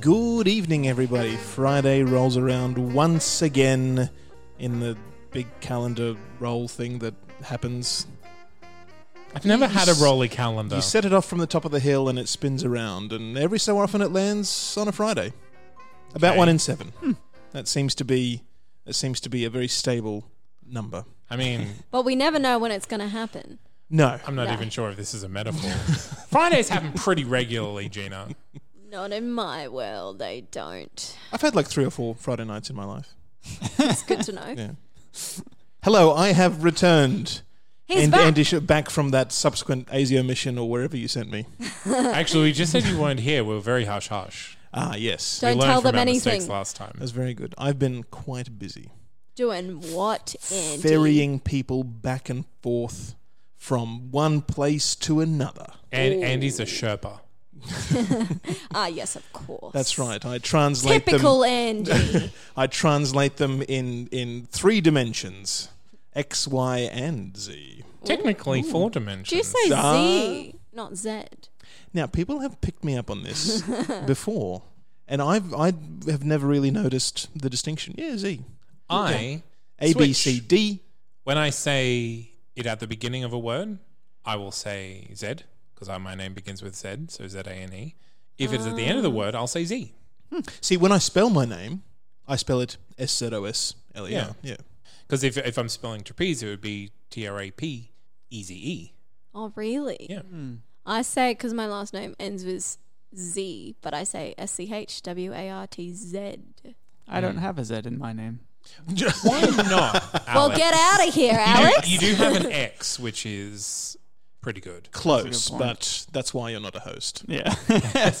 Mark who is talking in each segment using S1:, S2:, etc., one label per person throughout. S1: Good evening, everybody. Friday rolls around once again in the big calendar roll thing that happens.
S2: I've never
S1: You
S2: had a
S1: s-
S2: roller calendar.
S1: You set it off from the top of the hill and it spins around, and every so often it lands on a Friday. About
S2: Okay.
S1: one in seven.
S3: Hmm.
S1: That seems to be that seems to be a very stable number.
S2: I mean,
S3: But we never know when it's going to happen.
S1: No,
S2: I'm not
S3: Yeah.
S2: even sure if this is a metaphor. Fridays happen pretty regularly, Gina.
S3: Not in my world, they don't.
S1: I've had like three or four Friday nights in my life.
S3: It's good to know.
S1: Yeah. Hello, I have returned.
S3: He's
S1: and
S3: back.
S1: and is back from that subsequent ASIO mission or wherever you sent me.
S2: Actually, we just said you weren't here. We were very hush hush.
S1: Ah, yes.
S2: We
S3: don't
S2: learned
S3: tell
S2: from
S3: them
S2: our mistakes
S3: anything.
S2: last time.
S1: That's very good. I've been quite busy
S3: Doing what, Andy?
S1: ferrying people back and forth from one place to another.
S2: And Andy's a Sherpa.
S3: Ah, yes, of course.
S1: That's right. I translate
S3: Typical
S1: them.
S3: Andy.
S1: I translate them in in three dimensions: x, y, and z.
S2: Technically, four
S3: Do
S2: dimensions.
S3: you say
S1: Duh.
S3: Z, not Z?
S1: Now, people have picked me up on this before, and I've I have never really noticed the distinction. Yeah, z.
S2: I,
S1: A B
S2: Switch.
S1: C D.
S2: when I say it at the beginning of a word, I will say Z because my name begins with Z, so Z A N E. If it's at the end
S3: Ah.
S2: of the word, I'll say Z.
S1: See, when I spell my name, I spell it S Z O S L E R. Yeah.
S2: Because if, if I'm spelling trapeze, it would be T R A P E Z E.
S3: Oh, really?
S2: Yeah.
S3: I say because my last name ends with Z, but I say S C H W A R T Z.
S2: Oh,
S4: I don't have a Z in my name.
S2: Why not?
S3: Well,
S2: Alex?
S3: get out of here,
S2: You do-
S3: Alex.
S2: You do have an X, which is pretty good.
S1: Close,
S4: point.
S1: but that's why you're not a host.
S4: Yeah. That's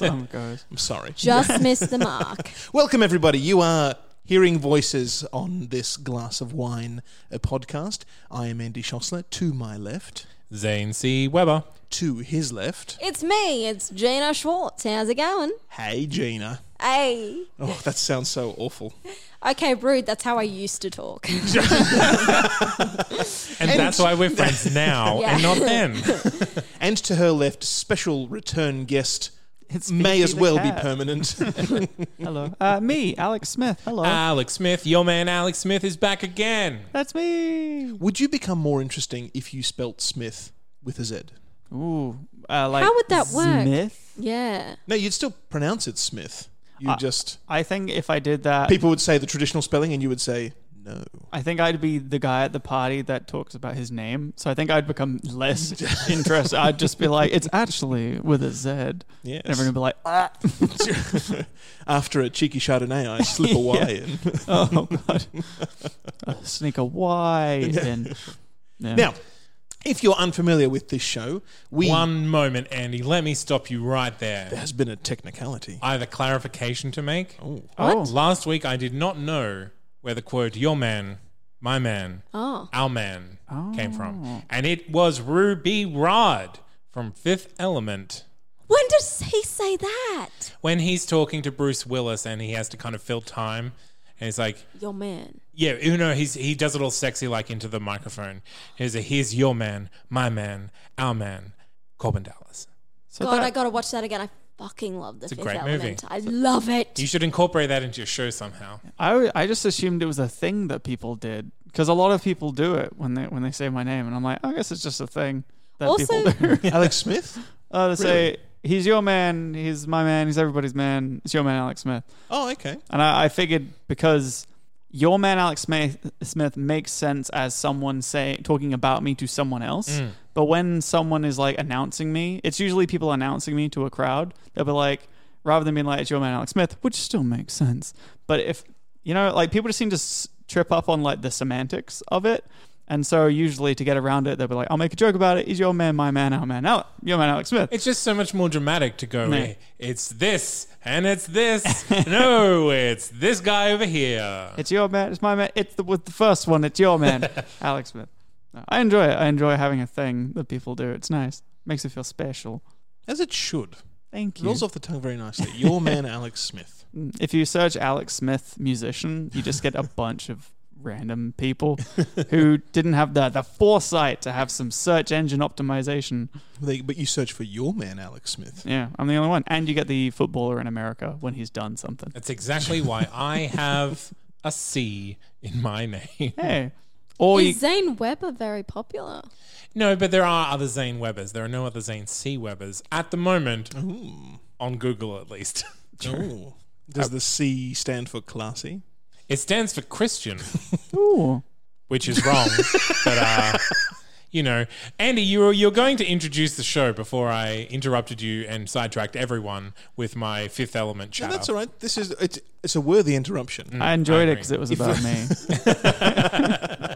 S4: how it goes.
S1: I'm sorry.
S3: Just missed the mark.
S1: Welcome, everybody. You are hearing voices on this Glass of Wine a podcast. I am Andy Schossler. To my left,
S2: Zane C. Weber.
S1: to his left,
S3: It's me. It's Gina Schwartz. How's it going?
S1: hey, Gina.
S3: Hey.
S1: Oh, that sounds so awful.
S3: Okay, rude. That's how I used to talk.
S2: And, that's why we're friends now
S3: Yeah.
S2: and not then.
S1: And to her left, special return guest.
S4: It's
S1: May
S4: Fifi
S1: as
S4: the
S1: well be
S4: cat.
S1: permanent.
S4: Hello. Uh, me, Alex Smith. Hello.
S1: Uh,
S2: Alex Smith, your man Alex Smith is back again.
S4: That's me.
S1: Would you become more interesting if you spelt Smith with a Z?
S4: Ooh. Uh, like
S3: How would that work?
S4: Smith?
S3: yeah.
S1: No, you'd still pronounce it Smith. You
S4: Uh,
S1: just
S4: I think if I did that,
S1: people would say the traditional spelling, and you would say no.
S4: I think I'd be the guy at the party that talks about his name. So I think I'd become less interested. I'd just be like, it's actually with a Z. And
S1: Yes.
S4: Everyone would be like, ah.
S1: After a cheeky Chardonnay, I slip a Y
S4: Yeah.
S1: in.
S4: oh, God. Uh, sneak a Y. And, yeah.
S1: Now, if you're unfamiliar with this show, we
S2: One moment, Andy. Let me stop you right
S1: there
S2: there.
S1: has been a technicality.
S2: I have a clarification to make.
S4: Oh.
S2: Last week, I did not know where the quote, your man, my man,
S3: Oh.
S2: our man, came from. And it was Ruby Rod from Fifth Element.
S3: When does he say that?
S2: When he's talking to Bruce Willis and he has to kind of fill time, and he's like,
S3: Your man.
S2: Yeah, you know, he's he does it all sexy like into the microphone. He's a here's your man, my man, our man, Corbin Dallas.
S4: So
S3: God,
S4: that-
S3: I gotta watch that again. I fucking love the
S2: It's a
S3: Fifth
S2: great movie.
S3: Element. I love it.
S2: You should incorporate that into your show somehow.
S4: I, I just assumed it was a thing that people did because a lot of people do it when they when they say my name, and I'm like, I guess it's just a thing that
S3: Also-
S4: people do.
S1: Alex Smith?
S4: uh, they say he's your man, he's my man, he's everybody's man. It's your man, Alex Smith.
S1: Oh, okay.
S4: And I, I figured because your man, Alex Smith, Smith makes sense as someone saying talking about me to someone else. But when someone is like announcing me, it's usually people announcing me to a crowd. They'll be like, rather than being like, it's your man, Alex Smith, which still makes sense. But if, you know, like people just seem to s- trip up on like the semantics of it. And so usually to get around it, they'll be like, I'll make a joke about it. Is your man my man, our man, Al- your man, Alex Smith?
S2: It's just so much more dramatic to go,
S4: No.
S2: "Eh, it's this and it's this. no, it's this guy over here.
S4: It's your man. It's my man. It's the with the first one. It's your man, Alex Smith. No, I enjoy it. I enjoy having a thing that people do. It's nice. Makes it feel special.
S1: As it should.
S4: Thank you.
S1: Rolls off the tongue very nicely. Your man, Alex Smith.
S4: if you search Alex Smith musician, you just get a bunch of random people who didn't have the the foresight to have some search engine optimization.
S1: They, but you search for your man, Alex Smith.
S4: Yeah, I'm the only one. And you get the footballer in America when he's done something.
S2: That's exactly why I have a C in my name.
S4: Hey. Or you,
S3: Is Zane Webber very popular?
S2: No, but there are other Zane Webbers. There are no other Zane C Webbers at the moment, on Google at least.
S1: Ooh. Does the C stand for classy?
S2: It stands for Christian,
S4: ooh.
S2: which is wrong. but uh, you know, Andy, you were, you're going to introduce the show before I interrupted you and sidetracked everyone with my Fifth Element
S1: No,
S2: chat.
S1: that's all right. This is it's, it's a worthy interruption.
S4: I enjoyed
S2: I
S4: it
S2: agree.
S4: because it was about me.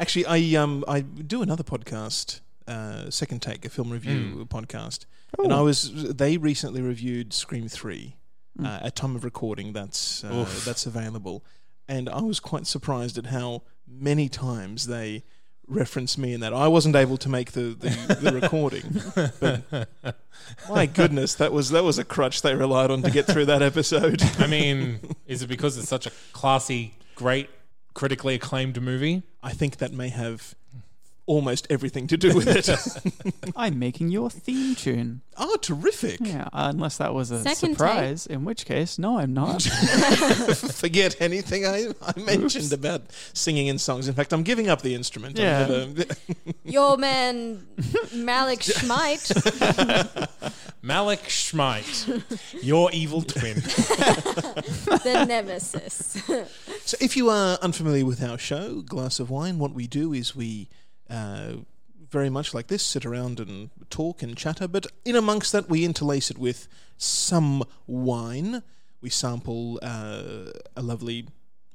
S1: Actually, I um I do another podcast, uh, second take, a film review podcast, and I was they recently reviewed Scream Three. Uh, at time of recording, that's uh, that's available, and I was quite surprised at how many times they referenced me in that. I wasn't able to make the the, the recording, but my goodness, that was that was a crutch they relied on to get through that episode.
S2: I mean, is it because it's such a classy, great, critically acclaimed movie?
S1: I think that may have almost everything to do with it.
S4: I'm making your theme tune.
S1: oh, terrific!
S4: Yeah, uh, unless that was a
S3: Second
S4: surprise, in which case, no, I'm not.
S1: forget anything I, I mentioned about singing in songs. In fact, I'm giving up the instrument. I
S4: Yeah.
S1: never-
S3: Your man, Malik Schmite.
S2: Malik Schmite, your evil twin.
S3: the nemesis.
S2: Uh,
S1: so, if you are unfamiliar with our show, Glass of Wine, what we do is we uh, very much like this sit around and talk and chatter, but in amongst that, we interlace it with some wine. We sample uh, a lovely.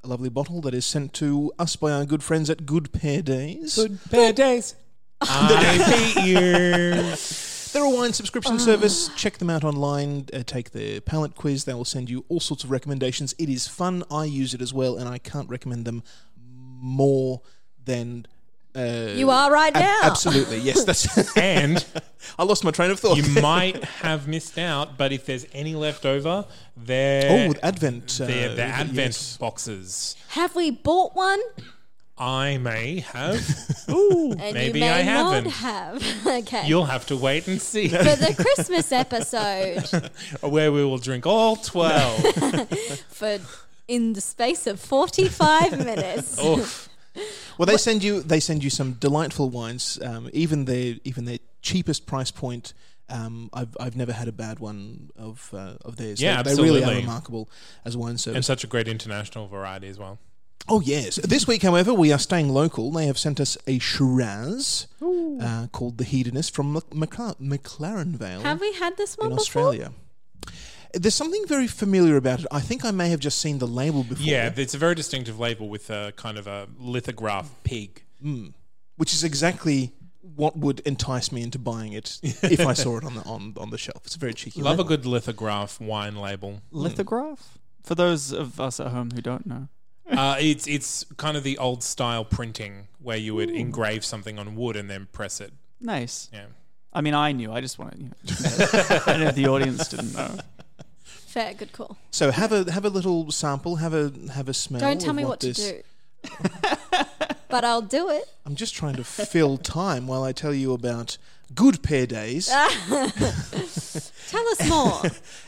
S1: A lovely bottle that is sent to us by our good friends at Good Pair Days.
S2: Bad days. I hate you.
S1: They're a wine subscription service. Check them out online. Uh, take their palate quiz. They will send you all sorts of recommendations. It is fun. I use it as well, and I can't recommend them more than. Uh,
S3: You are right
S1: ab-
S3: now.
S1: Absolutely. Yes, that's.
S2: And
S1: I lost my train of thought.
S2: you might have missed out, but if there's any left over,
S1: oh,
S2: they're
S1: with Advent. uh,
S2: they're, they're advent
S1: yes.
S2: boxes.
S3: Have we bought one?
S2: I may have.
S3: And
S2: Maybe
S3: you may
S2: I
S3: not
S2: haven't.
S3: have. okay.
S2: You'll have to wait and see
S3: for the Christmas episode,
S2: where we will drink all twelve.
S3: for in the space of forty-five minutes,
S2: Oof.
S1: Well, they send you they send you some delightful wines. Um, even their even their cheapest price point. Um, I've I've never had a bad one of uh, of theirs.
S2: Yeah,
S1: they, they really are
S2: absolutely.
S1: remarkable as a wine service.
S2: And such a great international variety as well.
S1: Oh yes. This week, however, we are staying local. They have sent us a Shiraz uh, called the Hedonist from Mac- Mac- McLaren Vale
S3: have we had this one
S1: in
S3: before?
S1: Australia. There's something very familiar about it. I think I may have just seen the label before.
S2: Yeah, it's a very distinctive label with a kind of a lithograph pig.
S1: which is exactly what would entice me into buying it if I saw it on the on, on the shelf. It's a very cheeky.
S2: Love a
S1: label.
S2: good lithograph wine label.
S4: Lithograph? For those of us at home who don't know.
S2: Uh, it's it's kind of the old style printing where you would engrave something on wood and then press it.
S4: Nice.
S2: Yeah.
S4: I mean, I knew. I just wanted, you know, I know the audience didn't know.
S3: Fair, good call.
S1: So have a have a little sample. Have a have a smell.
S3: Don't tell
S1: of
S3: me what,
S1: this-
S3: to do, but I'll do it.
S1: I'm just trying to fill time while I tell you about Good Pair Days.
S3: Tell us more.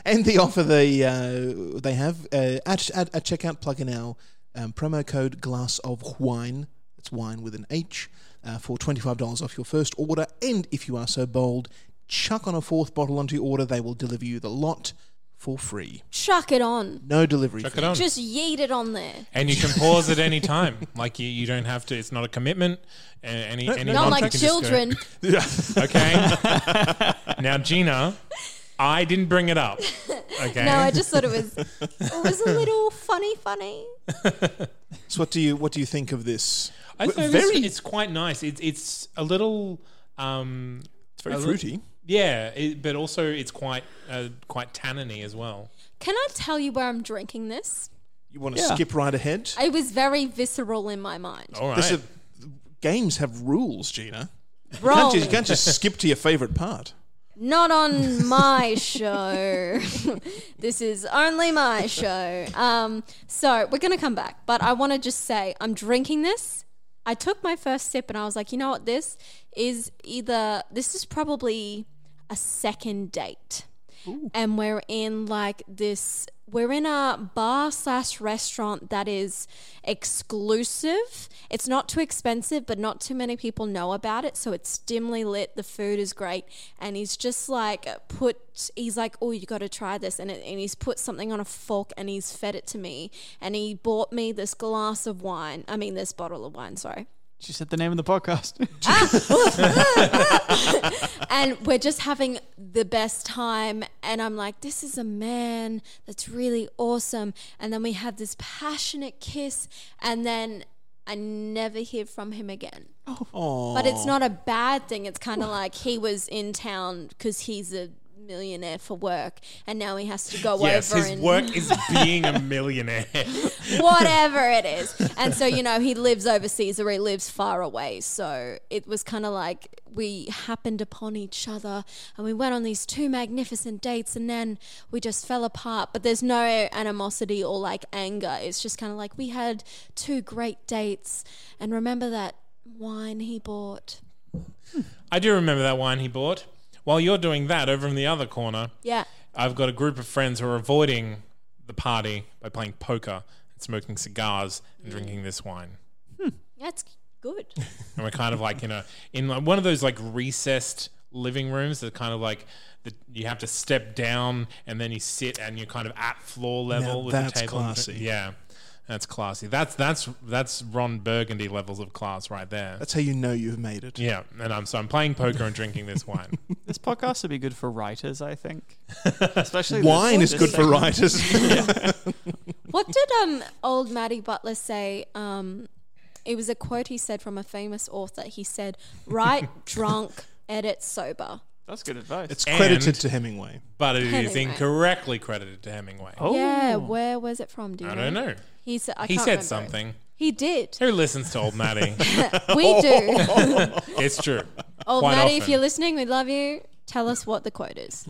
S1: and the offer they uh, they have uh, at, at at checkout plug in our um, promo code glass of wine it's wine with an h uh, for $25 off your first order and if you are so bold chuck on a fourth bottle onto your order they will deliver you the lot for free
S3: Chuck it on.
S1: no delivery
S2: Chuck
S1: fee.
S2: it on.
S3: Just yeet it on there.
S2: And you can pause at any time. Like you, you don't have to. It's not a commitment. A- Any, any
S3: Not
S2: month
S3: like
S2: you can just go,
S3: children.
S2: okay. now Gina, I didn't bring it up. Okay.
S3: No, I just thought it was it was a little funny, funny.
S1: So what do you what do you think of this?
S2: I think
S1: very-
S2: it's, it's quite nice. It's it's a little um
S1: It's very
S2: I lo-
S1: fruity.
S2: yeah, it, but also it's quite uh, quite tanniny as well.
S3: Can I tell you where I'm drinking this?
S1: You want to
S4: Yeah.
S1: skip right ahead?
S3: It was very visceral in my mind.
S2: All right.
S1: This is, games have rules, Gina.
S2: Oh.
S1: You
S3: Wrong.
S1: can't, just, you can't just skip to your favorite part.
S3: Not on my show. this is only my show. Um, so we're gonna come back, but I want to just say I'm drinking this. I took my first sip and I was like, you know what? This is either this is probably a second date, and we're in like this. We're in a bar slash restaurant that is exclusive. It's not too expensive, but not too many people know about it. So it's dimly lit. The food is great, and he's just like put. He's like, oh, you got to try this, and it, and he's put something on a fork and he's fed it to me, and he bought me this glass of wine. I mean, this bottle of wine. Sorry.
S4: She said the name of the podcast.
S3: and we're just having the best time. And I'm like, this is a man that's really awesome. And then we have this passionate kiss, and then I never hear from him again. But it's not a bad thing. It's kind of like he was in town because he's a millionaire for work, and now he has to go
S2: yes,
S3: over
S2: his
S3: and
S2: work is being a millionaire.
S3: whatever it is. And so, you know, he lives overseas or he lives far away. So it was kind of like we happened upon each other and we went on these two magnificent dates and then we just fell apart. But there's no animosity or like anger. It's just kind of like we had two great dates. And remember that wine he bought?
S2: I do remember that wine he bought. While you're doing that over in the other corner,
S3: Yeah.
S2: I've got a group of friends who are avoiding the party by playing poker and smoking cigars and drinking this wine.
S3: That's good.
S2: And we're kind of like in a in like one of those like recessed living rooms that kind of like the, you have to step down and then you sit and you're kind of at floor
S1: Now
S2: level with
S1: that's
S2: the table. and drink-
S1: classy.
S2: Yeah. That's classy. That's that's that's Ron Burgundy levels of class right there.
S1: That's how you know you've made it.
S2: yeah, and I'm so I'm playing poker and drinking this wine.
S4: this podcast would be good for writers, I think. Especially this-
S1: Wine is
S4: this
S1: good for
S4: segment.
S1: writers.
S3: What did um old Matty Butler say? Um, it was a quote he said from a famous author. He said, "Write drunk, edit sober."
S4: That's good advice.
S1: it's credited
S2: And-
S1: to Hemingway.
S2: But it is
S3: Hemingway.
S2: incorrectly credited to Hemingway.
S4: oh,
S3: Yeah, where was it from? Do you
S2: I don't know.
S3: He said. I
S2: He
S3: can't
S2: said
S3: remember.
S2: something.
S3: He did.
S2: Who listens to old Matty?
S3: We do.
S2: it's true.
S3: old
S2: Oh. Quite
S3: Matty, if
S2: often.
S3: you're listening, we love you. Tell us what the quote is.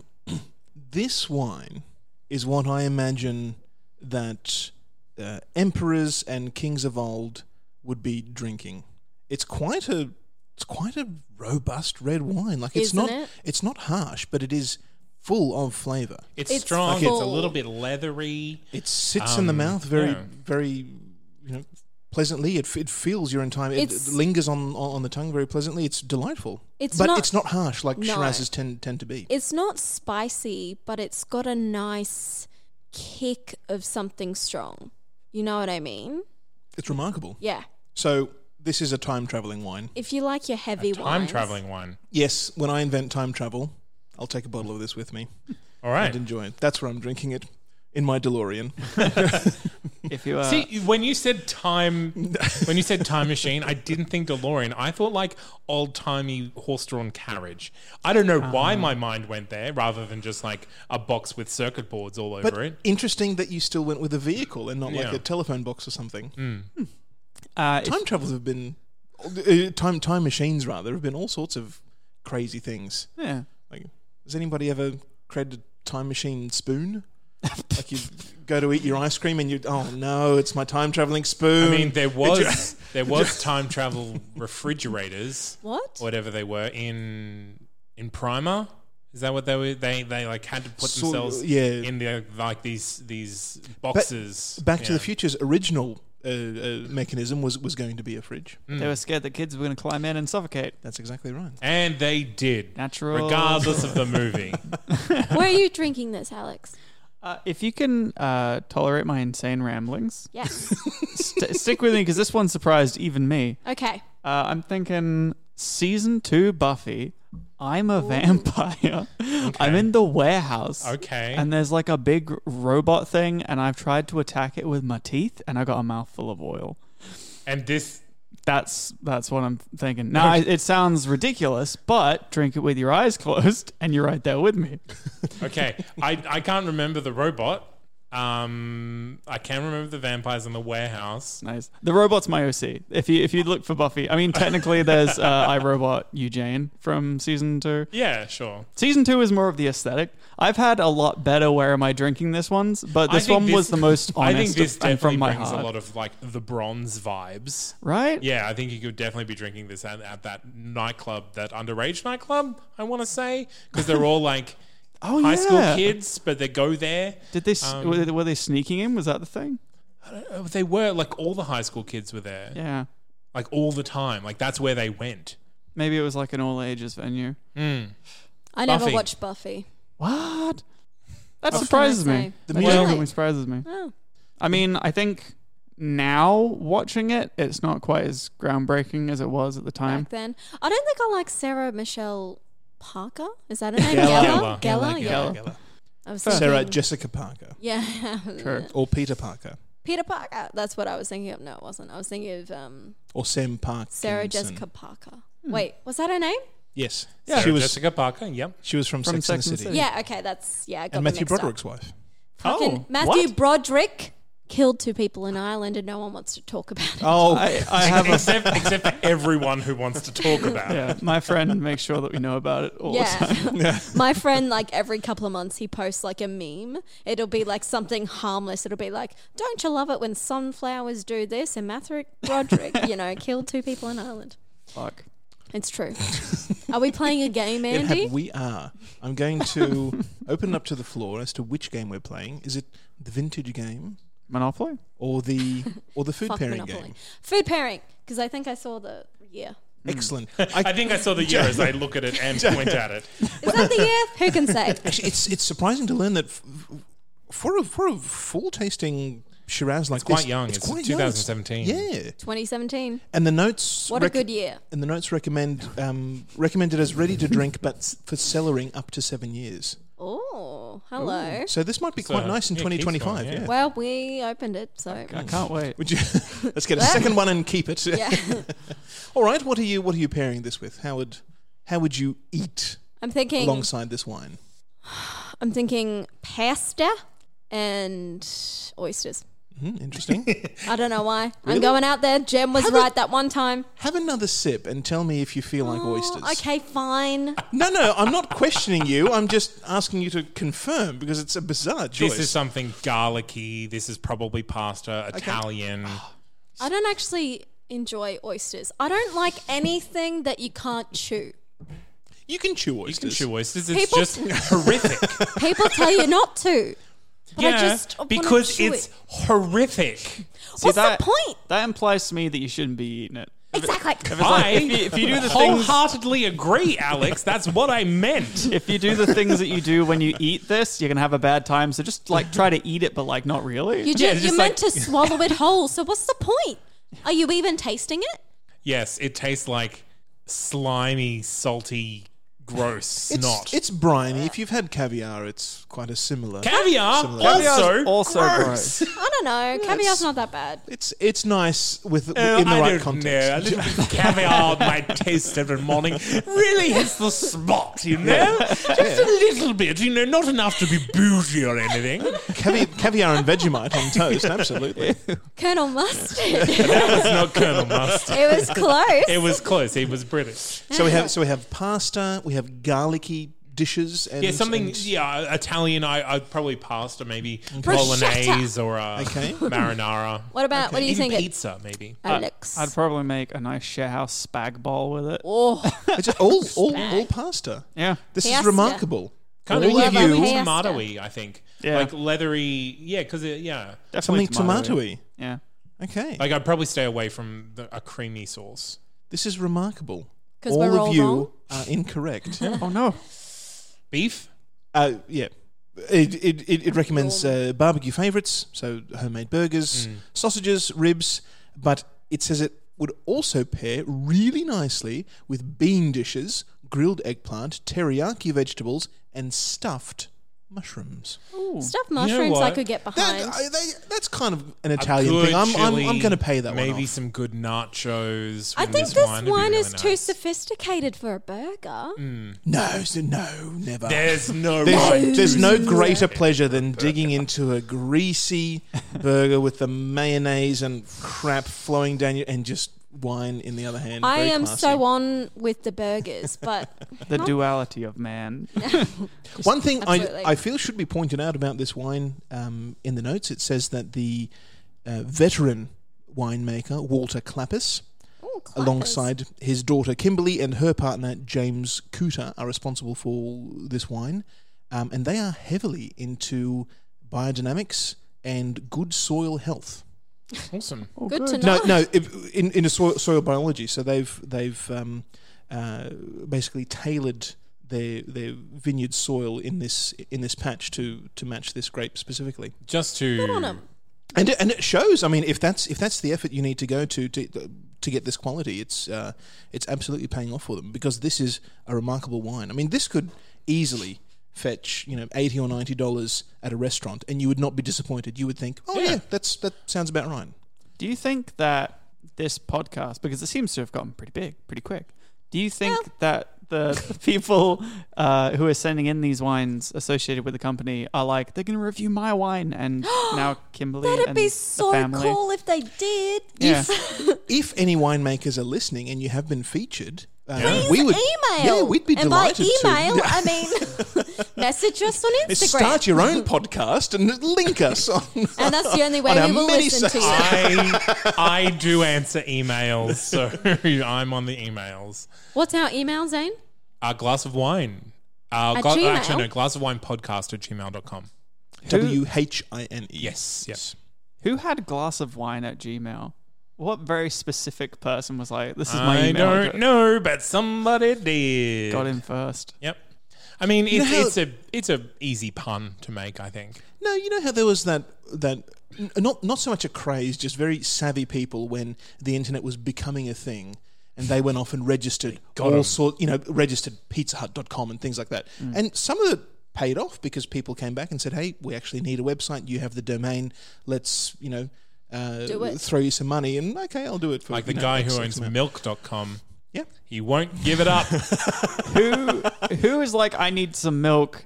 S1: This wine is what I imagine that uh, emperors and kings of old would be drinking. It's quite a it's quite a robust red wine. Like it's
S3: Isn't
S1: not
S3: it?
S1: it's not harsh, but it is full of flavor.
S2: It's,
S3: It's
S2: strong. It's a
S3: full.
S2: little bit leathery.
S1: It sits in the
S2: Um,
S1: mouth very,
S2: yeah.
S1: very, you know, pleasantly. It, f- it feels your entire. It
S3: It's-
S1: lingers on, on on the tongue very pleasantly. It's delightful.
S3: It's
S1: but
S3: not-
S1: it's not harsh like
S3: No.
S1: Shirazes tend tend to be.
S3: It's not spicy, but it's got a nice kick of something strong. You know what I mean?
S1: It's remarkable.
S3: Yeah.
S1: So this is a time traveling wine.
S3: If you like your heavy
S2: Time
S3: wines-
S2: traveling wine.
S1: Yes, when I invent time travel, I'll take a bottle of this with me
S2: All right.
S1: and enjoy it. That's where I'm drinking it. In my DeLorean,
S4: if you uh,
S2: See, when you said time, when you said time machine, I didn't think DeLorean. I thought like old timey horse drawn carriage. I don't know why my mind went there rather than just like a box with circuit boards all over
S1: but
S2: it.
S1: interesting that you still went with a vehicle and not like
S2: Yeah. Mm.
S1: a telephone box or something.
S4: uh, if-
S1: Time travels have been, uh, time time machines rather have been all sorts of crazy things.
S4: yeah.
S1: Like, has anybody ever created a time machine spoon? like you go to eat your ice cream and you oh no, it's my time traveling
S2: I
S1: spoon.
S2: mean, there was there was time travel refrigerators,
S3: What?
S2: whatever they were in in Primer. Is that what they were? They they like had to put
S1: So-
S2: themselves
S1: yeah.
S2: in the like these these boxes.
S1: Back to
S2: Yeah.
S1: the Future's original uh, uh, mechanism was was going to be a fridge.
S2: Mm.
S4: They were scared that kids were going to climb in and suffocate.
S1: That's exactly right.
S2: And they did.
S4: Natural.
S2: Regardless of the movie.
S3: Where are you drinking this, Alex?
S4: Uh, if you can uh, tolerate my insane ramblings,
S3: Yes.
S4: st- stick with me because this one surprised even me.
S3: Okay.
S4: Uh, I'm thinking season two Buffy, I'm a vampire. I'm in the warehouse.
S2: Okay.
S4: And there's like a big robot thing, and I've tried to attack it with my teeth, and I got a mouthful of oil.
S2: And this
S4: That's that's what I'm thinking. Now I, it sounds ridiculous, but drink it with your eyes closed, and you're right there with me.
S2: Okay, I, I can't remember the robot. Um, I can remember the vampires in the warehouse.
S4: Nice. The robot's my OC. If you if you look for Buffy, I mean, technically there's uh, iRobot Eugene from season two.
S2: Yeah, sure.
S4: Season two is more of the aesthetic. I've had a lot better. Where am I drinking this ones? But
S2: I
S4: this
S2: think
S4: one was the most honest
S2: I think this
S4: and
S2: definitely
S4: from my
S2: brings
S4: heart.
S2: a lot of like the bronze vibes.
S4: right?
S2: Yeah, I think you could definitely be drinking this at, at that nightclub, that underage nightclub. I want to say because they're all like
S4: Oh
S2: high
S4: yeah.
S2: school um, kids, but they go there.
S4: Did they s were, they were they sneaking in? Was that the thing?
S2: Uh, They were like all the high school kids were there,
S4: Yeah.
S2: like all the time. Like that's where they went.
S4: Maybe it was like an all ages venue.
S3: I never
S2: Buffy.
S3: watched Buffy.
S4: What?
S3: What
S4: That surprises
S3: can I
S4: me.
S3: say?
S4: The
S1: The
S4: that
S1: music-
S4: genuinely surprises me.
S3: Oh.
S4: I mean, I think now watching it, it's not quite as groundbreaking as it was at the time.
S3: Back then, I don't think I like Sarah Michelle Parker. Is that her name?
S2: Gellar.
S3: Geller. Geller. Yeah.
S4: Geller.
S3: I was thinking,
S1: Sarah Jessica Parker
S3: Yeah.
S4: Sure.
S1: or Peter Parker
S3: Peter Parker. That's what I was thinking of. No, it wasn't. I was thinking of um,
S1: or Sam Park.
S3: Sarah Jessica Parker. Wait, was that her name?
S1: Yes.
S2: Sarah
S1: She was
S2: Jessica Parker. Yep.
S1: she was from,
S4: From
S1: Sex, and
S4: Sex
S1: the
S4: and
S1: City.
S4: the City.
S3: Yeah. Okay. That's yeah. I got
S1: And
S3: them
S1: Matthew
S3: mixed up.
S1: Broderick's wife.
S3: Fucking Matthew Broderick killed two people in Ireland, and no one wants to talk about it.
S4: Oh, I, I have a.
S2: except except for everyone who wants to talk about it.
S4: Yeah, my friend makes sure that we know about it all the time.
S3: Yeah. My friend, like every couple of months, he posts like a meme. It'll be like something harmless. It'll be like, don't you love it when sunflowers do this? And Matthew Broderick, you know, killed two people in Ireland.
S4: Fuck.
S3: It's true. Are we playing a game,
S1: In
S3: Andy?
S1: fact, we are. I'm going to open up to the floor as to which game we're playing. Is it the vintage game
S4: Monopoly?
S1: or the or the food
S3: Fuck
S1: pairing
S3: Monopoly.
S1: game?
S3: Food pairing, because I think I saw the year.
S1: Excellent.
S2: Hmm. I think I saw the year as I look at it and point at it.
S3: Is that the year? Who can say?
S1: Actually, it's it's surprising to learn that f- f- for a for a full tasting Shiraz like
S2: It's quite
S1: this,
S2: young. It's
S1: young.
S2: 2017.
S1: Yeah,
S3: 2017.
S1: and the notes.
S3: What a
S1: rec-
S3: good year.
S1: And the notes recommend um, recommended as ready to drink, but s- for cellaring up to seven years.
S3: Oh, hello.
S1: So this might be
S2: So,
S1: quite nice in
S2: uh, yeah, keeps going,
S1: 2025.
S2: yeah.
S1: yeah.
S3: Well, we opened it, so
S4: I can't wait.
S1: Would you? let's get a second one and keep it.
S3: yeah.
S1: All right. What are you What are you pairing this with? How would How would you eat
S3: I'm thinking.
S1: alongside this wine?
S3: I'm thinking pasta and oysters.
S1: Hmm, interesting.
S3: I don't know why. I'm going out there. Jem was
S1: How the-
S3: right that one time.
S1: Have another sip and tell me if you feel like oysters.
S3: Oh, okay, fine.
S1: No, no, I'm not questioning you. I'm just asking you to confirm because it's a bizarre choice.
S2: This is something garlicky. This is probably pasta, Italian.
S4: Oh,
S3: I don't actually enjoy oysters. I don't like anything that you can't chew.
S1: you can chew
S2: You can
S1: oysters.
S2: chew oysters. It's
S3: People-
S2: just horrific.
S3: People tell you not to. But I
S2: yeah,
S3: just wanna
S2: because
S3: chew it.
S2: it's horrific.
S3: What's
S4: that-
S3: the point?
S4: That implies to me that you shouldn't be eating it.
S3: Exactly.
S2: I
S4: if you- if you do the things-
S2: wholeheartedly agree, Alex. That's what I meant.
S4: If you do the things that you do when you eat this, you're gonna have a bad time. So just like try to eat it, but like not really.
S3: You just,
S2: it's
S3: you're
S2: just
S3: meant
S2: like-
S3: to swallow it whole. So what's the point? Are you even tasting it?
S2: Yes, it tastes like slimy, salty, gross
S1: It's,
S2: snot.
S1: it's briny. If you've had caviar, it's quite a similar.
S2: caviar.
S1: Similar.
S2: Also,
S4: Caviar's also gross.
S3: I don't know. Caviar's not that bad.
S1: it's it's nice with
S2: Uh,
S1: in the
S2: I
S1: right
S2: don't Know. A
S1: context.
S2: little bit of caviar on my taste every morning really hits the spot, you know? Just a little bit, you know, not enough to be bougie or anything.
S1: Cavi- caviar and Vegemite on toast, absolutely.
S3: Colonel Mustard.
S2: That was not Colonel Mustard.
S3: it was close.
S2: It was close. He was British.
S1: So we have so we have pasta. We have garlicky dishes and
S2: Yeah, something.
S1: and-
S2: Yeah, Italian. I I'd probably pasta, maybe
S3: Bruschetta.
S2: bolognese or uh,
S1: Okay.
S2: marinara.
S3: What about what do you
S2: Even
S3: think? it-
S2: pizza, maybe.
S3: uh, Alex.
S4: I'd probably make a nice sharehouse spag ball with it.
S3: oh,
S1: It's just all all, all pasta.
S4: Yeah.
S1: This is
S3: Pasta.
S1: remarkable. all
S2: Kind of
S1: of
S3: love
S2: like
S1: you,
S3: pasta.
S2: tomatoey, I think.
S4: Yeah.
S2: Like leathery. Yeah, because yeah.
S4: Definitely
S1: something tomatoey.
S4: Yeah.
S1: Okay,
S2: Like I'd probably stay away from the, a creamy sauce.
S1: this is remarkable.
S3: 'Cause
S1: All
S3: we're
S1: of
S3: all
S1: you
S3: wrong.
S1: are incorrect.
S4: Oh no.
S2: Beef.
S1: Uh, yeah. It, it, it, it recommends uh,
S2: Mm.
S1: barbecue favourites, so homemade burgers, sausages, ribs, but it says it would also pair really nicely with bean dishes, grilled eggplant, teriyaki vegetables, and stuffed mushrooms.
S3: Stuffed mushrooms I
S2: what?
S3: could get behind.
S1: That, I, they, that's kind of an
S2: A
S1: Italian
S2: good
S1: thing. I'm, I'm,
S2: chili,
S1: I'm going to pay that
S2: Maybe
S1: one off.
S2: some good nachos.
S3: I
S2: with
S3: think this
S2: would
S3: wine,
S2: be really
S3: is too
S2: nice.
S3: sophisticated for a burger.
S1: No, so no, never.
S2: There's no
S1: There's,
S2: right.
S1: there's no greater pleasure than digging into a greasy burger with the mayonnaise and crap flowing down you, and just wine in the other hand.
S3: I
S1: Very
S3: am
S1: classy.
S3: so on with the burgers, but
S4: The duality of man.
S1: One thing I,
S3: Absolutely.
S1: I feel should be pointed out about this wine um, in the notes it says that the uh, veteran winemaker Walter Clappis,
S3: Ooh, clappers.
S1: alongside his daughter Kimberly and her partner James Cooter, are responsible for this wine, um, and they are heavily into biodynamics and good soil health.
S2: Awesome.
S3: good, to know.
S1: No, no, if, in in a soil, soil biology. So they've they've um, uh, basically tailored their their vineyard soil in this in this patch to to match this grape specifically.
S2: Just to
S3: on 'em.
S1: And it, and it shows. I mean, if that's if that's the effort you need to go to to to get this quality, it's uh, it's absolutely paying off for them because this is a remarkable wine. I mean, this could easily fetch you know eighty or ninety dollars at a restaurant, and you would not be disappointed. You would think, oh yeah, that's that sounds about right.
S4: Do you think that this podcast, because it seems to have gotten pretty big, pretty quick, do you think that the the people uh, who are sending in these wines associated with the company are like, they're going to review my wine and now Kimberly
S3: That'd
S4: and
S3: be
S4: the
S3: so
S4: family?
S3: cool if they did.
S4: Yeah.
S1: if any winemakers are listening and you have been featured, uh,
S3: Please
S1: we would
S3: email.
S1: Yeah, we'd be
S3: and by
S1: delighted
S3: email,
S1: to.
S3: I mean, message us on Instagram.
S1: Start your own
S3: Mm-hmm.
S1: podcast and link us on.
S3: and that's the only way
S1: on our
S3: we will
S1: many
S3: listen to you.
S2: I I do answer emails, so I'm on the emails.
S3: What's our email, Zane?
S2: A glass of wine. Uh,
S3: At
S2: gla-
S3: Gmail?
S2: actually, no, glass of wine podcast at gmail.com.
S1: W H I N E.
S2: Yes, yes.
S4: Who had glass of wine at Gmail? What very specific person was like, this is my
S2: I
S4: email
S2: don't
S4: address.
S2: know, but somebody did.
S4: Got in first.
S2: Yep. I mean, it's,
S1: know how-
S2: it's a it's a easy pun to make. I think.
S1: No, you know how there was that that n- not not so much a craze, just very savvy people when the internet was becoming a thing. And they went off and registered all sort, you know, registered PizzaHut.com and things like that.
S2: Mm.
S1: And some of it paid off because people came back and said, "Hey, we actually need a website. You have the domain. Let's, you know, uh,
S3: Do it.
S1: throw you some money." And okay, I'll do it for
S2: Like the
S1: you know,
S2: guy who
S1: X-
S2: owns
S1: X amount.
S2: milk.com.
S1: Yeah,
S2: He won't give it up.
S4: who who is like I need some milk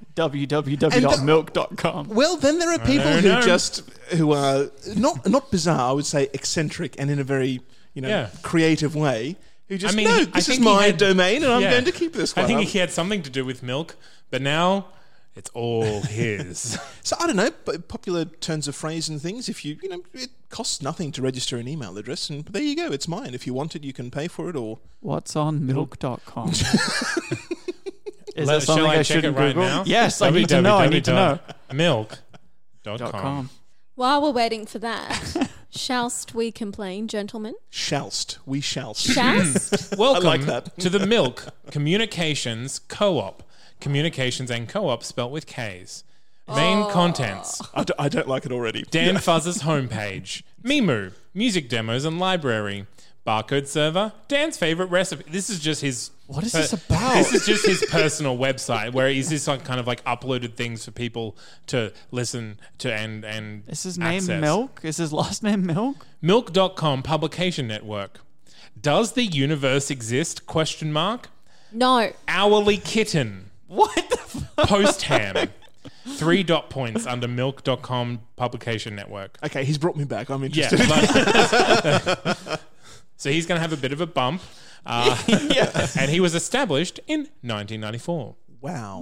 S4: www.milk.com
S1: Well, then there are people
S2: don't
S1: who
S2: know.
S1: just who are not not bizarre. I would say eccentric and in a very you know
S2: Yeah.
S1: creative way. Who just
S2: I mean,
S1: no,
S2: he- I
S1: this is
S2: think he
S1: my
S2: had-
S1: domain, and I'm
S2: yeah.
S1: going to keep this one.
S2: I think
S1: up."
S2: he had something to do with milk, but now it's all his.
S1: so I don't know. But popular turns of phrase and things. If you you know, it costs nothing to register an email address, and there you go. It's mine. If you want it, you can pay for it. Or
S4: what's on milk.com Is
S2: Let-
S4: that something
S2: shall
S4: I,
S2: I check it
S4: shouldn't
S2: right
S4: Google?
S2: now?
S4: Yes, I need to know. I need to know.
S2: Milk.com.
S4: Dot com.
S3: While we're waiting for that, shallst we complain, gentlemen?
S1: shallst we shallst.
S3: Shallst?
S2: Welcome
S1: like that.
S2: to the Milk Communications Co-op. Communications and Co-op spelt with K's.
S1: Oh.
S2: Main contents.
S1: I, d- I don't like it already.
S2: Dan Fuzz's homepage. Mimu. Music demos and library. Barcode server. Dan's favorite recipe. This is just his.
S4: What is
S2: per-
S4: this about?
S2: This is just his personal website where he's just like kind of like uploaded things for people to listen to and and.
S4: Is his name
S2: access.
S4: Milk? Is his last name Milk?
S2: Milk.com publication network. Does the universe exist? Question mark.
S3: no.
S2: Hourly kitten.
S4: What the fuck?
S2: Post ham. Three dot points under milk.com publication network.
S1: Okay, he's brought me back. I'm
S2: Yeah.
S1: interested.
S2: but- so he's going to have a bit of a bump. Uh, And he was established in 1994.
S1: Wow.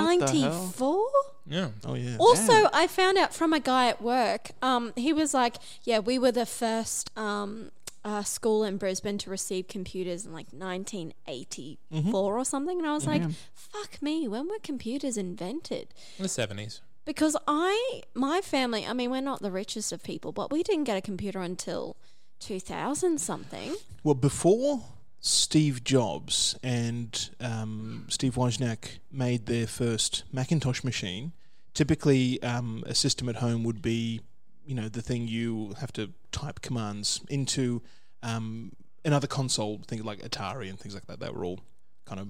S3: 1994?
S2: Yeah.
S1: Oh yeah.
S3: Also, I found out from a guy at work. Um, he was like, "Yeah, we were the first um, uh, school in Brisbane to receive computers in like 1984 or something." And I was like, "Fuck me! When were computers invented?"
S2: In the 70s.
S3: Because I, my family, I mean, we're not the richest of people, but we didn't get a computer until 2000 something.
S1: Well, before Steve Jobs and um, Steve Wozniak made their first Macintosh machine, typically um, a system at home would be, you know, the thing you have to type commands into um, and other console things like Atari and things like that. They were all kind of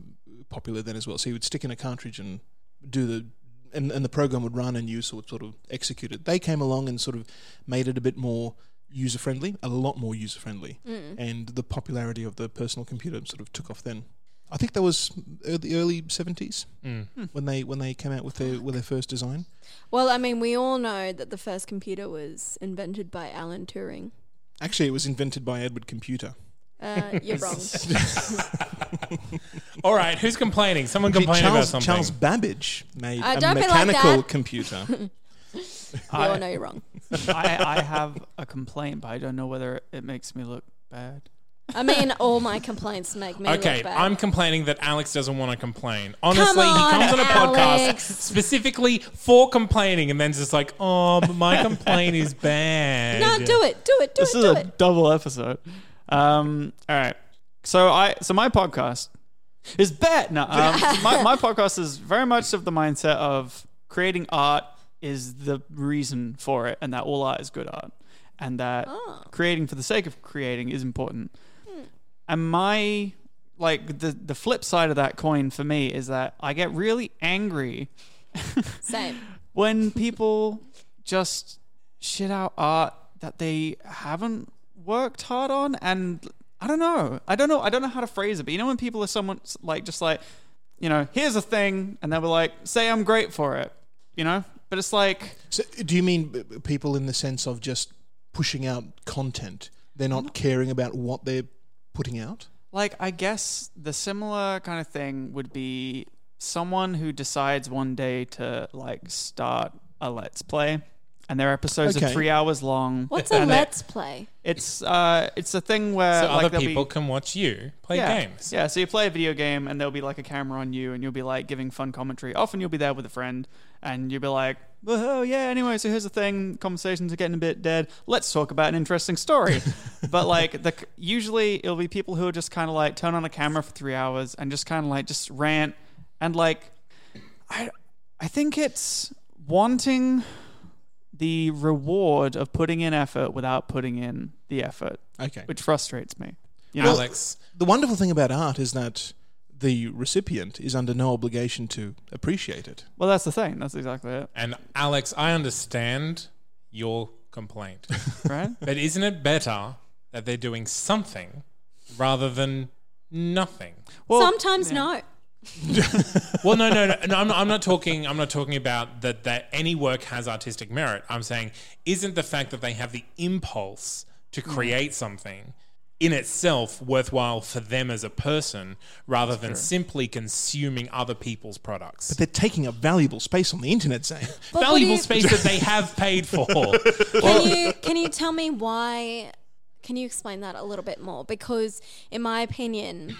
S1: popular then as well. So you would stick in a cartridge and do the and, and the program would run and you sort sort of execute it. They came along and sort of made it a bit more user friendly, a lot more user friendly,
S3: Mm.
S1: and the popularity of the personal computer sort of took off then. I think that was ear- the early seventies
S2: Mm.
S3: Hmm.
S1: when they when they came out with their with their first design.
S3: Well, I mean, we all know that the first computer was invented by Alan Turing.
S1: Actually, it was invented by Edward Computer.
S3: Uh, you're wrong.
S2: All right, who's complaining? Someone
S1: Actually,
S2: complaining about
S1: Charles,
S2: something.
S1: Charles Babbage made
S3: Uh,
S1: a
S3: don't be like
S1: mechanical
S3: that.
S1: computer.
S3: You all know you're wrong.
S4: I, I have a complaint, but I don't know whether it makes me look bad.
S3: I mean, all my complaints make me
S2: Okay,
S3: look bad.
S2: I'm complaining that Alex doesn't want to complain. Honestly,
S3: on,
S2: he comes on a podcast
S3: Alex.
S2: specifically for complaining and then just like, oh, but my complaint is bad.
S3: no, do it, do it, do
S4: This
S3: it,
S4: is
S3: do
S4: a
S3: it.
S4: double episode. Um, all right. So I so my podcast is bad. No, um, my, my podcast is very much of the mindset of creating art is the reason for it, and that all art is good art, and that
S3: Oh.
S4: creating for the sake of creating is important.
S3: Hmm.
S4: And my like the the flip side of that coin for me is that I get really angry
S3: Same.
S4: when people just shit out art that they haven't worked hard on and I don't know. I don't know. I don't know how to phrase it, but you know when people are someone like just like, you know, here's a thing and they were like, say I'm great for it, you know? But it's like
S1: So, do you mean b- b- people in the sense of just pushing out content? They're not caring about what they're putting out.
S4: like I guess the similar kind of thing would be someone who decides one day to like start a let's play and their episodes are
S1: Okay.
S4: 3 hours long.
S3: What's a
S4: and they-
S3: let's play?
S4: It's uh, it's a thing where
S2: So
S4: Uh, like,
S2: other
S4: there'll
S2: people
S4: be,
S2: can watch you play
S4: yeah,
S2: games.
S4: Yeah, so you play a video game and there'll be like a camera on you, and you'll be like giving fun commentary. Often you'll be there with a friend, and you'll be like, "Oh yeah, anyway, so here's the thing. Conversations are getting a bit dead. Let's talk about an interesting story." but like the usually it'll be people who are just kind of like turn on a camera for three hours and just kind of like just rant and like I I think it's wanting the reward of putting in effort without putting in the effort,
S1: Okay.
S4: which frustrates me. You know,
S2: Alex,
S1: the wonderful thing about art is that the recipient is under no obligation to appreciate it.
S4: well, that's the thing. That's exactly it,
S2: and Alex, I understand your complaint.
S4: right?
S2: But isn't it better that they're doing something rather than nothing?
S4: Well,
S3: Sometimes no.
S2: Well, no, no, no, no I'm, not, I'm not talking. I'm not talking about that. That any work has artistic merit. I'm saying isn't the fact that they have the impulse to
S3: Hmm.
S2: create something in itself worthwhile for them as a person, rather than simply consuming other people's products.
S1: They're taking up valuable space on the internet, Zane.
S3: But what do
S2: Valuable
S3: you-
S2: space that they have paid for.
S3: Can you can you tell me why? Can you explain that a little bit more? Because in my opinion,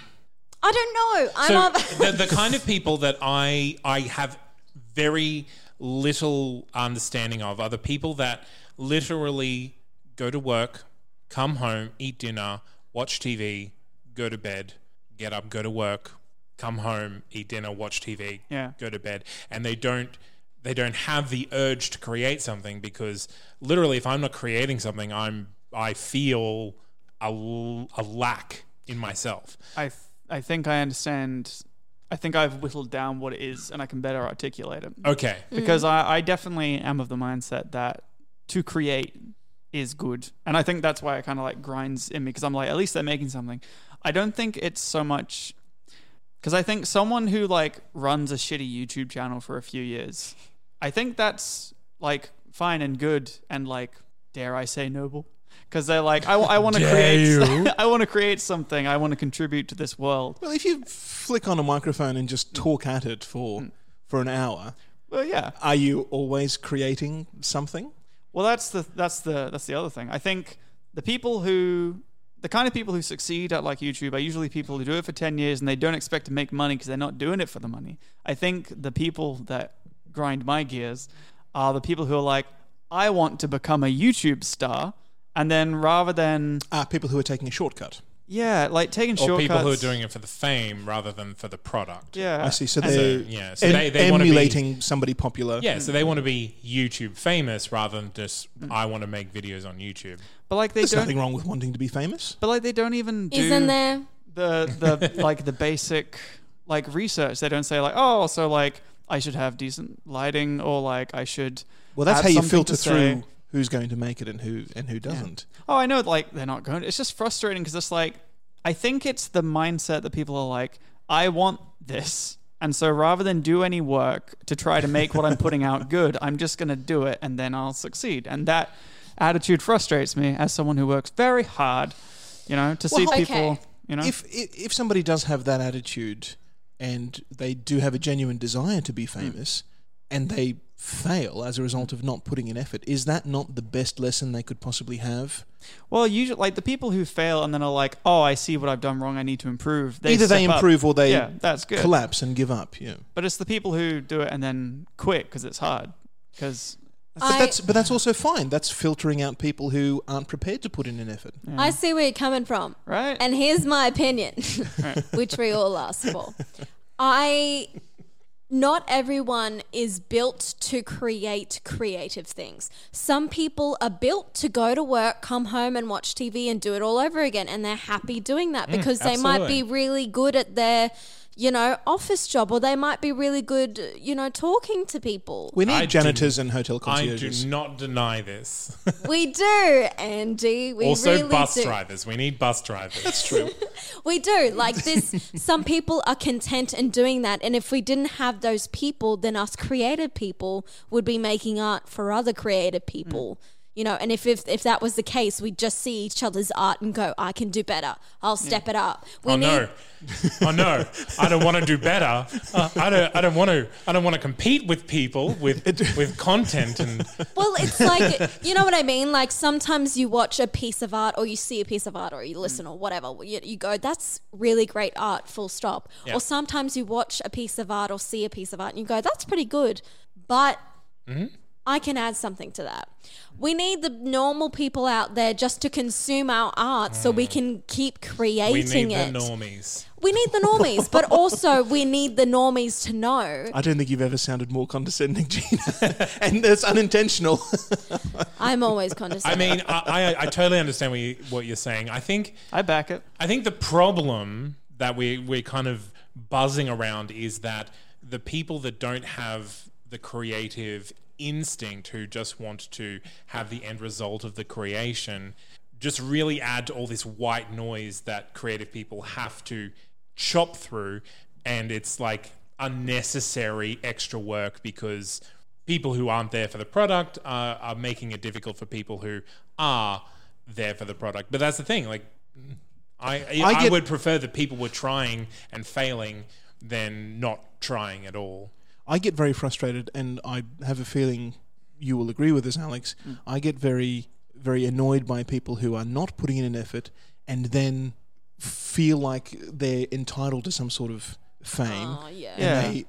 S3: I don't know. I'm
S2: so
S3: of-
S2: the, the kind of people that I I have very little understanding of are the people that literally go to work, come home, eat dinner, watch TV, go to bed, get up, go to work, come home, eat dinner, watch TV,
S4: Yeah.
S2: go to bed, and they don't they don't have the urge to create something because literally, if I'm not creating something, I'm I feel a, l- a lack in myself.
S4: I th- I think I understand. I think I've whittled down what it is, and I can better articulate it
S2: Okay.
S4: because I, I definitely am of the mindset that to create is good, and I think that's why it kind of like grinds in me because I'm like, at least they're making something. I don't think it's so much because I think someone who like runs a shitty YouTube channel for a few years, I think that's like fine and good and like dare I say noble because they're like I, want to
S2: Dare
S4: create
S2: you.
S4: I want to create something I want to contribute to this world.
S1: Well, if you flick on a microphone and just talk at it for for an hour,
S4: Well, yeah.
S1: are you always creating something?
S4: Well, that's the that's the that's the other thing. I think the people who the kind of people who succeed at like YouTube are usually people who do it for 10 years and they don't expect to make money because they're not doing it for the money. I think the people that grind my gears are the people who are like I want to become a YouTube star and then rather than
S1: Are people who are taking a shortcut?
S4: Yeah, like taking
S2: Or
S4: shortcuts.
S2: people who are doing it for the fame rather than for the product.
S4: Yeah,
S1: I see. So
S2: a-
S1: they're
S2: yeah, so
S1: em-
S2: they- they wanna be-
S1: emulating somebody popular.
S2: Yeah, so they want
S4: Mm-hmm.
S2: to be YouTube famous rather than just I want to make videos on YouTube.
S4: but like they
S1: There's
S4: don't.
S1: nothing wrong with wanting to be famous.
S4: But like they don't even do
S3: Isn't there?
S4: the the like the basic like research. They don't say like oh, so like I should have decent lighting or like I should.
S1: Well, that's
S4: have
S1: how you
S4: something
S1: filter
S4: to say.
S1: through who's going to make it and who and who doesn't.
S4: Oh, I know. Like they're not going. It's just frustrating because it's like I think it's the mindset that people are like, I want this, and so rather than do any work to try to make what I'm putting out good, I'm just gonna do it, and then I'll succeed. And that attitude frustrates me as someone who works very hard, you know, to see
S3: Well, okay.
S4: people. You know,
S1: If If i- if somebody does have that attitude and they do have a genuine desire to be
S4: Hmm.
S1: famous and they fail as a result of not putting in effort, is that not the best lesson they could possibly have?
S4: well, usually like the people who fail and then are like, oh, I see what I've done wrong. I need to improve. They
S1: Either they
S4: step up.
S1: improve or they
S4: yeah, that's good.
S1: collapse and give up. Yeah.
S4: But it's the people who do it and then quit because it's hard. Because
S1: But
S3: I-
S1: that's but that's also fine. That's filtering out people who aren't prepared to put in an effort.
S3: I see where you're coming from.
S4: right?
S3: And here's my opinion, which we all asked for. I not everyone is built to create creative things. Some people are built to go to work, come home and watch TV and do it all over again and they're happy doing that because they might
S2: Mm, absolutely.
S3: be really good at their you know, office job, or they might be really good, you know, talking to people.
S1: We need
S2: I do-
S1: janitors and hotel
S2: I do
S1: concierges.
S2: not deny this.
S3: We do, Andy. We
S2: also,
S3: really
S2: bus
S3: do.
S2: drivers. We need bus drivers. That's true.
S3: We do. Like this some people are content in doing that and if we didn't have those people then us creative people would be making art for other creative
S2: Mm.
S3: people. You know, and if, if if that was the case, we'd just see each other's art and go, I can do better. I'll step it up. We
S2: oh no! Oh no! I don't want to do better. Uh, I don't. I don't want to. I don't want to compete with people with with content and
S3: Well, it's like you know what I mean. Like sometimes you watch a piece of art, or you see a piece of art, or you listen,
S2: Mm.
S3: or whatever. You, you go, "That's really great art." Full stop.
S2: Yeah.
S3: Or sometimes you watch a piece of art or see a piece of art, and you go, "That's pretty good," but
S2: Mm-hmm.
S3: I can add something to that. We need the normal people out there just to consume our art, so we can keep
S2: Mm. we
S3: creating
S2: need
S3: it.
S2: the normies.
S3: we need the normies, but also we need the normies to know.
S1: I don't think you've ever sounded more condescending, Gina. and that's unintentional.
S3: I'm always
S2: I
S3: condescending.
S2: mean, I, I, I totally understand what, you, what you're saying. I think
S4: I back it.
S2: I think the problem that we we're kind of buzzing around is that the people that don't have the creative instinct, who just want to have the end result of the creation, just really add to all this white noise that creative people have to chop through, and it's like unnecessary extra work because people who aren't there for the product are, are making it difficult for people who are there for the product. But that's the thing, like. I I, I
S1: get-
S2: would prefer that people were trying and failing than not trying at all.
S1: I get very frustrated, and I have a feeling you will agree with this, Alex. I get very, very annoyed by people who are not putting in an effort and then feel like they're entitled to some sort of fame,
S3: oh yeah.
S4: Yeah.
S1: and, they,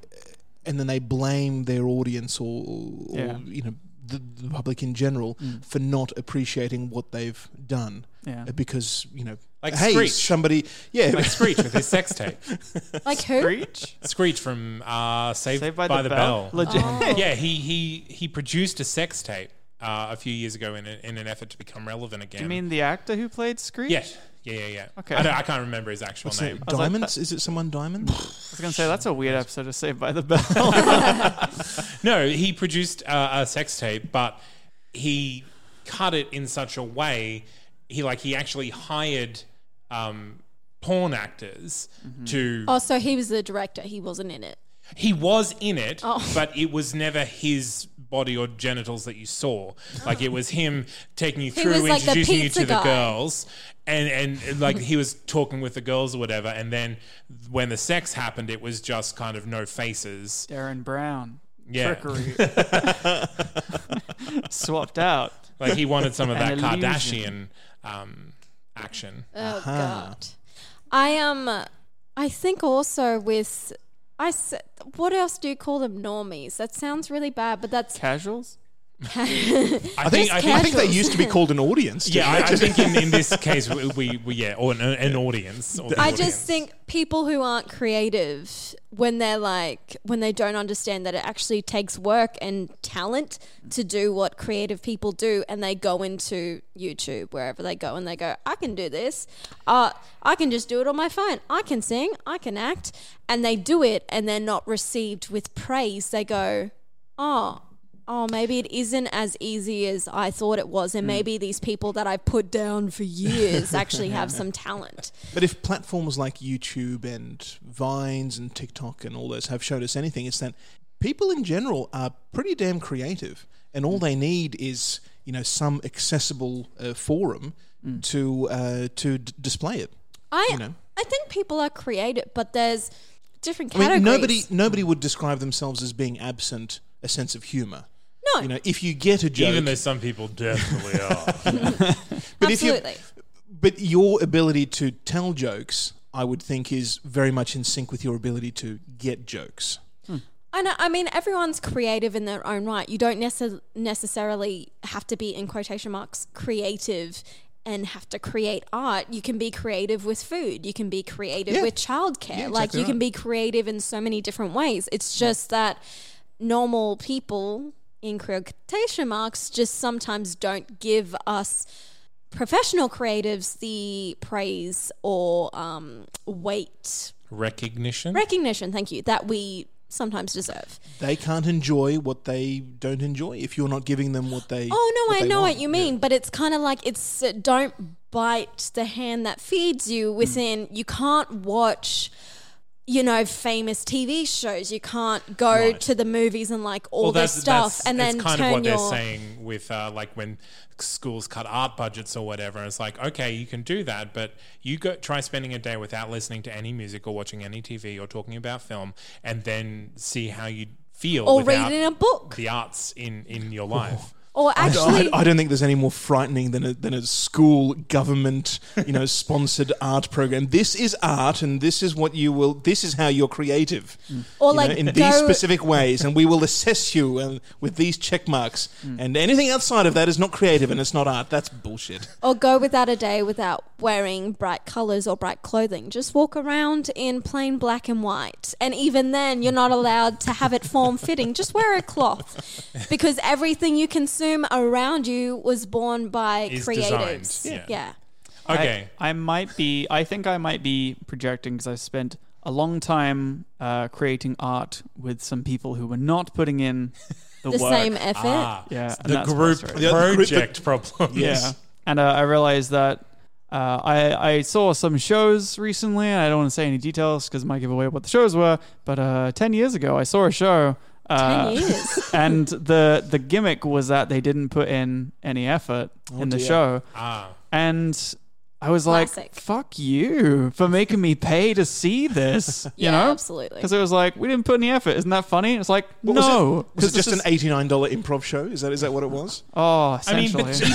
S1: and then they blame their audience or, or
S4: Yeah.
S1: you know the, the public in general for not appreciating what they've done
S4: Yeah.
S1: Uh, because you know.
S2: Like
S1: hey,
S2: Screech.
S1: somebody, yeah,
S2: Like Screech with his sex tape.
S3: Like who?
S4: Breach?
S2: Screech from uh, Saved,
S4: Saved by, the, Bell. Legit.
S1: Oh.
S2: Yeah, he he he produced a sex tape uh, a few years ago in, a, in an effort to become relevant again.
S4: You mean the actor who played Screech?
S2: yeah, yeah, yeah, yeah.
S4: Okay.
S2: I, don't, I can't remember his actual
S1: So
S2: name.
S4: like,
S1: diamonds? Is it someone diamond?
S4: I was going to say, that's a weird episode of Saved by the Bell.
S2: No, he produced uh, a sex tape, but he cut it in such a way he like he actually hired um, porn actors
S4: Mm-hmm.
S2: to
S3: Oh, so he was the director. He wasn't in it.
S2: He was in it,
S3: Oh.
S2: but it was never his body or genitals that you saw. Like it was him taking you through,
S3: was like the
S2: introducing you
S3: pizza
S2: to the
S3: guy.
S2: girls, and and like he was talking with the girls or whatever. And then when the sex happened, it was just kind of no faces.
S4: Darren Brown.
S2: Yeah.
S4: Trickery. Swapped out.
S2: Like he wanted some of that
S4: An
S2: Kardashian
S4: illusion.
S2: um, action.
S3: Oh God. I am. Um, I think also with. I s- what else do you call them? Normies. That sounds really bad, but that's
S4: Casuals?
S2: I,
S1: think,
S2: think, I
S1: I
S2: think,
S1: think they used to be called an audience. didn't
S2: yeah, I,
S1: they?
S2: I think in, in this case, we, we, we yeah, or an, an audience. or the
S3: I
S2: audience.
S3: just think people who aren't creative, when they're like, when they don't understand that it actually takes work and talent to do what creative people do, and they go into YouTube, wherever they go, and they go, I can do this. Uh, I can just do it on my phone. I can sing. I can act. And they do it, and they're not received with praise. They go, oh, oh, maybe it isn't as easy as I thought it was,
S2: Hmm.
S3: and maybe these people that I've put down for years actually have some talent.
S1: But if platforms like YouTube and Vines and TikTok and all those have showed us anything, it's that people in general are pretty damn creative, and
S2: Mm.
S1: all they need is you know some accessible uh, forum
S2: Mm.
S1: to uh, to d- display it.
S3: I
S1: you know?
S3: I think people are creative, but there's different
S1: I
S3: categories.
S1: mean, nobody nobody would describe themselves as being absent a sense of humor.
S3: No,
S1: You know, if you get a joke,
S2: even though some people definitely are.
S1: but if you,
S3: absolutely.
S1: but your ability to tell jokes, I would think, is very much in sync with your ability to get jokes.
S3: I know. I mean, everyone's creative in their own right. You don't necess- necessarily have to be in quotation marks creative and have to create art. You can be creative with food. You can be creative
S1: Yeah.
S3: with childcare.
S1: Yeah,
S3: like
S1: exactly
S3: you can
S1: right.
S3: be creative in so many different ways. It's just that normal people in quotation marks just sometimes don't give us professional creatives the praise or um, weight
S2: Recognition.
S3: recognition. Thank you that we sometimes deserve.
S1: they can't enjoy what they don't enjoy if you're not giving them what they.
S3: Oh no,
S1: what
S3: I
S1: they
S3: know
S1: want.
S3: what you mean, but it's kind of like it's uh, don't bite the hand that feeds
S1: Hmm.
S3: you. Within you can't watch. You know, famous TV shows. You can't go
S1: Right.
S3: to the movies and like all
S2: Well,
S3: this stuff, and
S2: that's
S3: then
S2: kind
S3: turn
S2: of what
S3: your.
S2: they're saying with uh, like when schools cut art budgets or whatever. It's like okay, you can do that, but you go try spending a day without listening to any music or watching any TV or talking about film, and then see how you feel.
S3: Or
S2: without
S3: reading a book.
S2: The arts in in your life.
S3: Or
S1: I don't-
S3: actually,
S1: I, I don't think there's any more frightening than a, than a school government, you know, sponsored art program. This is art, and this is what you will. This is how you're creative,
S3: Or
S1: you know,
S3: like
S1: in
S3: go-
S1: these specific ways, and we will assess you and with these check marks. And anything outside of that is not creative and it's not art. That's bullshit.
S3: or go without a day without wearing bright colors or bright clothing. Just walk around in plain black and white. And even then, you're not allowed to have it form fitting. Just wear a cloth because everything you consume around you was born by
S2: Is designed,
S3: creatives.
S2: yeah.
S3: yeah.
S2: Okay,
S4: I, I might be. I think I might be projecting because I spent a long time uh, creating art with some people who were not putting in the,
S3: The
S4: work. Ah.
S3: same effort.
S4: yeah, and
S2: the
S4: that's
S2: group
S4: frustrating.
S1: The group-
S2: project problem.
S4: Yeah, and uh, I realized that. Uh, I, I saw some shows recently, and I don't want to say any details because it might give away what the shows were. But uh, ten years ago, I saw a show. Uh,
S3: 10 years.
S4: and the the gimmick was that they didn't put in any effort in the
S1: dear.
S4: show.
S2: Ah,
S4: and I was like,
S3: Classic.
S4: "Fuck you for making me pay to see this," you
S3: Yeah,
S4: know?
S3: absolutely.
S4: Because it was like, "We didn't put any effort." Isn't that funny? It's like,
S1: What was
S4: no,
S1: it, was it
S4: because
S1: just an eighty-nine dollar improv show? Is that is that what it was?
S4: oh,
S2: I mean,
S4: essentially.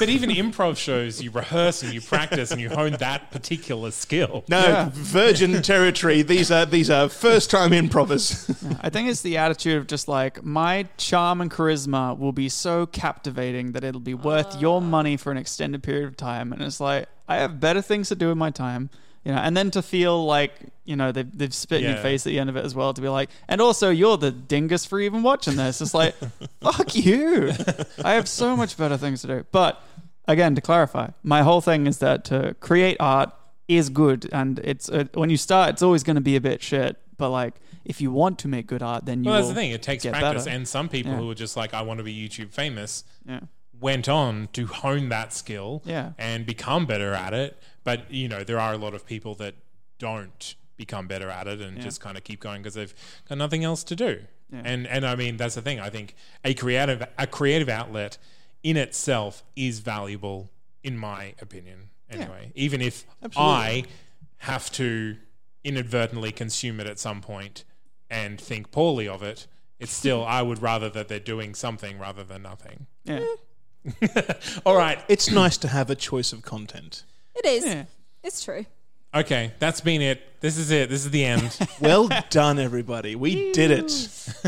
S2: but even, but even improv shows, you rehearse and you practice and you hone that particular skill.
S1: No,
S4: Yeah.
S1: virgin territory. These are these are first-time improvers.
S4: I think it's the attitude of just like my charm and charisma will be so captivating that it'll be worth
S3: Oh.
S4: your money for an extended period of time. And it's like I have better things to do with my time, you know. And then to feel like you know they've they've spit in your
S2: Yeah.
S4: face at the end of it as well. To be like, and also you're the dingus for even watching this. It's like fuck you. I have so much better things to do. But again, to clarify, my whole thing is that to create art is good, and it's uh, when you start, it's always going to be a bit shit. But like, if you want to make good art, then you.
S2: Well, that's
S4: will
S2: the thing. It takes
S4: get
S2: practice,
S4: better.
S2: and some people
S4: Yeah.
S2: who are just like, "I want to be YouTube famous,"
S4: Yeah.
S2: went on to hone that skill,
S4: Yeah.
S2: and become better at it. But you know, there are a lot of people that don't become better at it and just kind of keep going because they've got nothing else to do. And and I mean, that's the thing. I think a creative a creative outlet in itself is valuable, in my opinion. Anyway, even if I have to inadvertently consume it at some point and think poorly of it, it's still I would rather that they're doing something rather than nothing.
S4: Yeah.
S2: All right.
S1: It's nice to have a choice of content.
S3: It is.
S4: Yeah.
S3: It's true.
S2: Okay, that's been it. This is it. This is the end.
S1: Well done, everybody. We did it.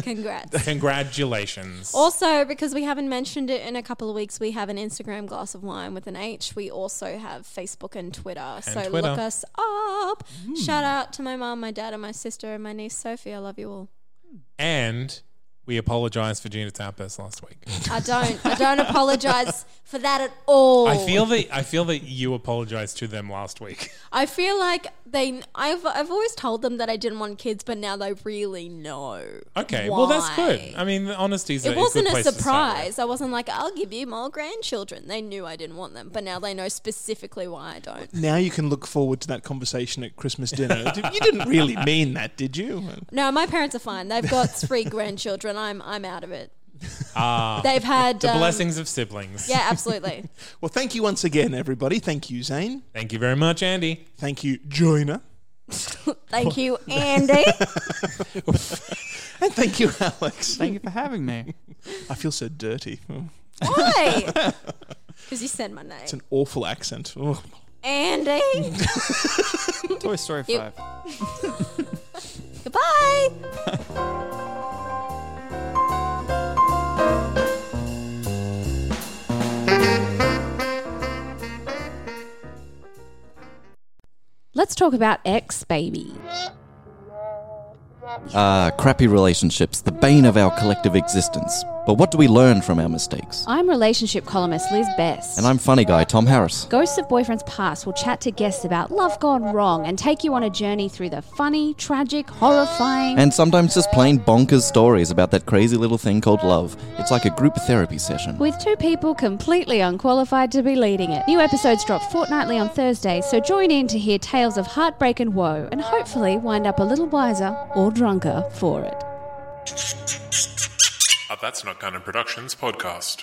S3: Congrats.
S2: Congratulations.
S3: also, because we haven't mentioned it in a couple of weeks, we have an Instagram glass of wine with an H. We also have Facebook and Twitter. so
S2: Twitter. Mm.
S3: look us up. Shout out to my mom, my dad, and my sister, and my niece Sophie. I love you all.
S2: and we apologize for Gina's outburst last week.
S3: I don't. I don't apologize for that at all.
S2: I feel that I feel that you apologized to them last week.
S3: I feel like they. I've. I've always told them that I didn't want kids, but now they really know.
S2: Okay, well that's good.
S3: why.
S2: I mean, the honesty is a- is
S3: It wasn't
S2: good
S3: a
S2: place to start with.
S3: surprise. I wasn't like, I'll give you more grandchildren. They knew I didn't want them, but now they know specifically why I don't.
S1: Now you can look forward to that conversation at Christmas dinner. you didn't really mean that, did you?
S3: No, my parents are fine. They've got three grandchildren. I'm I'm out of it.
S2: Ah,
S3: They've had
S2: the
S3: um,
S2: blessings of siblings.
S3: Yeah, absolutely.
S1: Well, thank you once again, everybody. Thank you, Zane.
S2: Thank you very much, Andy.
S1: Thank you, Joiner.
S3: Thank you, Andy.
S1: And thank you, Alex.
S4: Thank you for having me.
S1: I feel so dirty. Oh,
S3: Why? Because you said my
S1: It's
S3: name,
S1: an awful accent. Oh.
S3: Andy.
S4: Toy Story
S3: You-
S4: 5.
S3: Goodbye. Let's talk about X, baby.
S5: Ah, crappy relationships, the bane of our collective existence. But what do we learn from our mistakes?
S6: I'm relationship columnist Liz Best.
S5: And I'm funny guy Tom Harris.
S6: Ghosts of Boyfriends Past will chat to guests about love gone wrong and take you on a journey through the funny, tragic, horrifying.
S5: And sometimes just plain bonkers stories about that crazy little thing called love. It's like a group therapy session.
S6: with two people completely unqualified to be leading it. New episodes drop fortnightly on Thursdays, so join in to hear tales of heartbreak and woe, and hopefully wind up a little wiser or drunker for it.
S7: A Uh, That's Not Gunner Productions podcast.